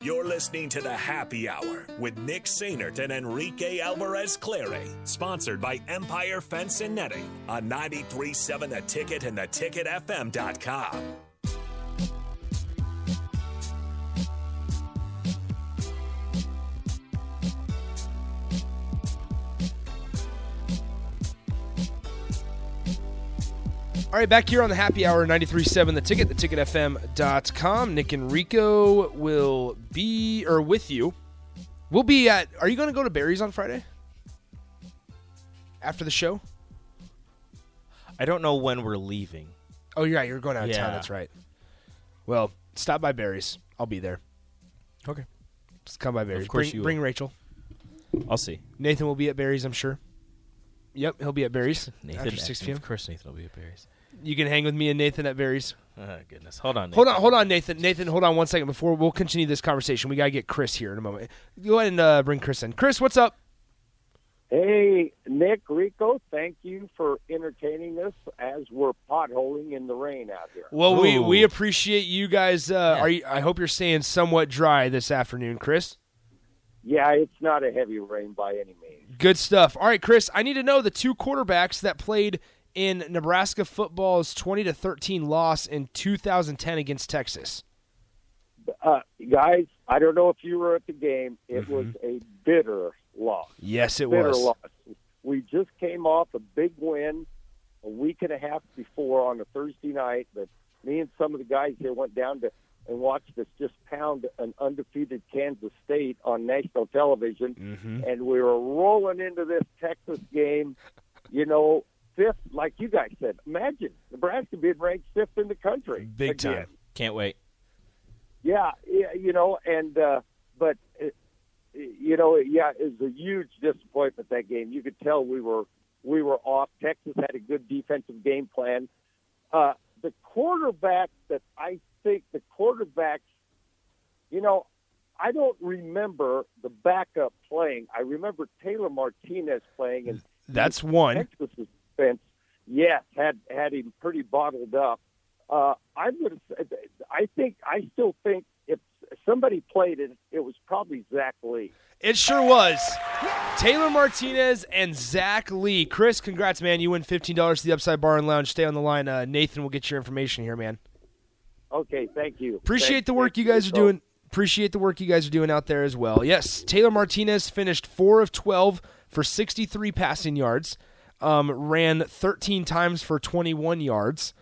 You're listening to the Happy Hour with Nick Sainert and Enrique Alvarez Clary, sponsored by Empire Fence and Netting on 937 The Ticket and theticketfm.com. All right, back here on the happy hour 93.7 The Ticket, theticketfm.com. Nick and Rico will be, or with you. We'll be at, are you going to go to Barry's on Friday? After the show? I don't know when we're leaving. Oh, you're right. You're going out of town. Yeah. That's right. Well, stop by Barry's. I'll be there. Okay. Just come by Barry's. course bring, you will. bring Rachel. I'll see. Nathan will be at Barry's, I'm sure. Yep, he'll be at Barry's Nathan after 6 p.m. Of course, Nathan will be at Barry's. You can hang with me and Nathan at Barry's. Oh goodness! Hold on. Hold on, hold on, Nathan. Nathan, hold on one second before we'll continue this conversation. We gotta get Chris here in a moment. Go ahead and uh, bring Chris in. Chris, what's up? Hey, Nick, Rico, thank you for entertaining us as we're potholing in the rain out here. Well, we Ooh. we appreciate you guys. Uh, Are you, I hope you're staying somewhat dry this afternoon, Chris. Yeah, it's not a heavy rain by any means. Good stuff. All right, Chris. I need to know the two quarterbacks that played in Nebraska football's twenty to thirteen loss in 2010 against Texas. Uh, guys, I don't know if you were at the game. It was a bitter loss. Yes, it bitter was. loss. We just came off a big win a week and a half before on a Thursday night, but me and some of the guys here went down to and watched us just pound an undefeated Kansas State on national television, Mm-hmm. and we were rolling into this Texas game. You know, fifth, like you guys said. Imagine Nebraska being ranked fifth in the country. Big again. time. Can't wait. Yeah, yeah, you know, and uh, but uh, you know, yeah, it was a huge disappointment that game. You could tell we were we were off. Texas had a good defensive game plan. Uh, the quarterback that I think the quarterbacks, you know, I don't remember the backup playing. I remember Taylor Martinez playing, and That's one. Texas defense, yes, had had him pretty bottled up. Uh, I'm going to. I think I still think if somebody played it, it was probably Zach Lee. It sure was. Taylor Martinez and Zach Lee. Chris, congrats, man. You win fifteen dollars to the Upside Bar and Lounge. Stay on the line. Uh, Nathan will get your information here, man. Okay, thank you. Appreciate Thank- the work thank you guys are So- doing. Appreciate the work you guys are doing out there as well. Yes, Taylor Martinez finished four of twelve for sixty-three passing yards, um, ran thirteen times for twenty-one yards,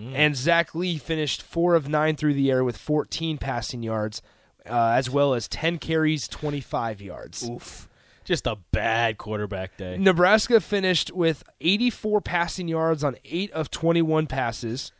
and Zach Lee finished four of nine through the air with fourteen passing yards, uh, as well as ten carries, twenty-five yards. Oof. Just a bad quarterback day. Nebraska finished with 84 passing yards on 8 of 21 passes.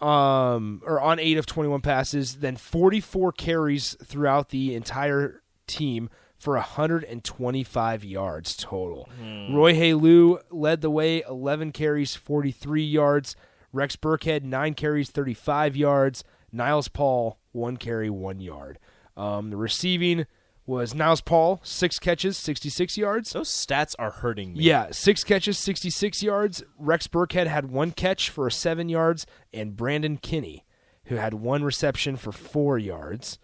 Um or on 8 of 21 passes, then 44 carries throughout the entire team for 125 yards total. Roy Halu led the way, 11 carries, 43 yards. Rex Burkhead 9 carries, 35 yards. Niles Paul 1 carry, 1 yard. Um the receiving was Niles Paul, 6 catches, 66 yards. Those stats are hurting me. Yeah, six catches, 66 yards. Rex Burkhead had one catch for seven yards, and Brandon Kinney, who had one reception for four yards.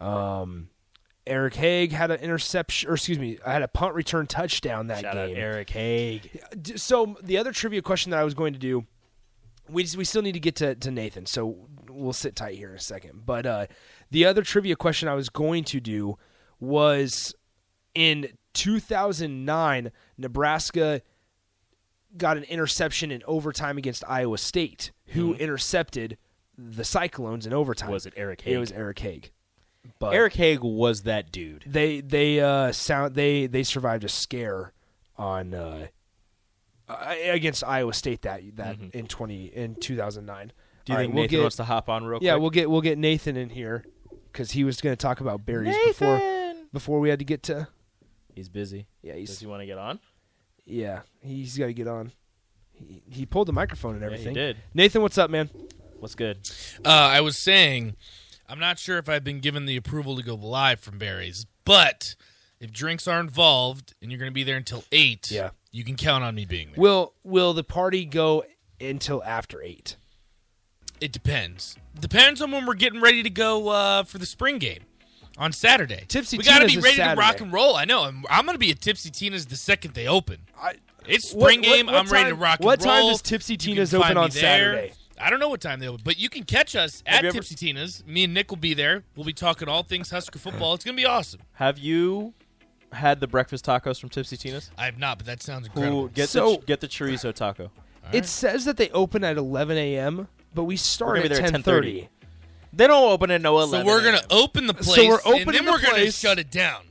Um, Eric Haig had an interception, or excuse me, I had a punt return touchdown that Shout out game. Eric Haig. D- So the other trivia question that I was going to do, we just, we still need to get to, to Nathan, so we'll sit tight here in a second. But uh, the other trivia question I was going to do was in 2009, Nebraska got an interception in overtime against Iowa State, who intercepted the Cyclones in overtime. Mm-hmm. Was it Eric It Haig? was Eric Haig. But Eric Haig was that dude. they they uh sound they they survived a scare on uh uh, against Iowa State that that in 20 in 2009. Mm-hmm. Do you All think right, we'll Nathan get- wants to hop on real Yeah, quick? we'll get we'll get Nathan in here cuz he was going to talk about berries before before we had to get to He's busy. Yeah, Does he's he want to get on? yeah, he's got to get on. He, he pulled the microphone and he everything. did. Nathan, what's up, man? What's good? Uh, I was saying, I'm not sure if I've been given the approval to go live from Barry's, but if drinks are involved and you're going to be there until eight, Yeah. you can count on me being there. Will will the party go until after 8? it depends. Depends on when we're getting ready to go uh, for the spring game. on Saturday. Tipsy we gotta Tina's be is ready to Saturday. rock and roll. I know. I'm, I'm going to be at Tipsy Tina's the second they open. I, It's What- spring what- game. what I'm ready to time- rock and what time roll. does Tipsy You can Tina's find open me on there. Saturday? I don't know what time they open, but you can catch us at you ever- Tipsy Tina's. Me and Nick will be there. We'll be talking all things Husker football. It's going to be awesome. Have you had the breakfast tacos from Tipsy Tina's? I have not, but that sounds incredible. Who get So- the get the chorizo taco? it says that they open at 11 a.m., but we start gonna at be there at 10:30. They don't open at no So eleven. we're going to a.m. open the place, we're and then opening the we're going to place. shut it down.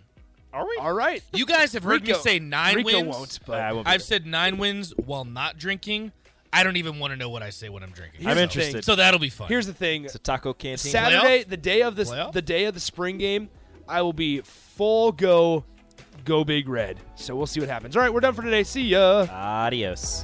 Are we? All right. You guys have heard Rico- me say nine Rico wins. won't, but I won't be I've there. said nine wins while not drinking. I don't even want to know what I say when I'm drinking. Here's so, I'm the interested. thing. so that'll be fun. Here's the thing. It's a taco canteen. Saturday, the day of this, Playoff? the day of the spring game, I will be full go, go big red. So we'll see what happens. All right, we're done for today. See ya. Adios.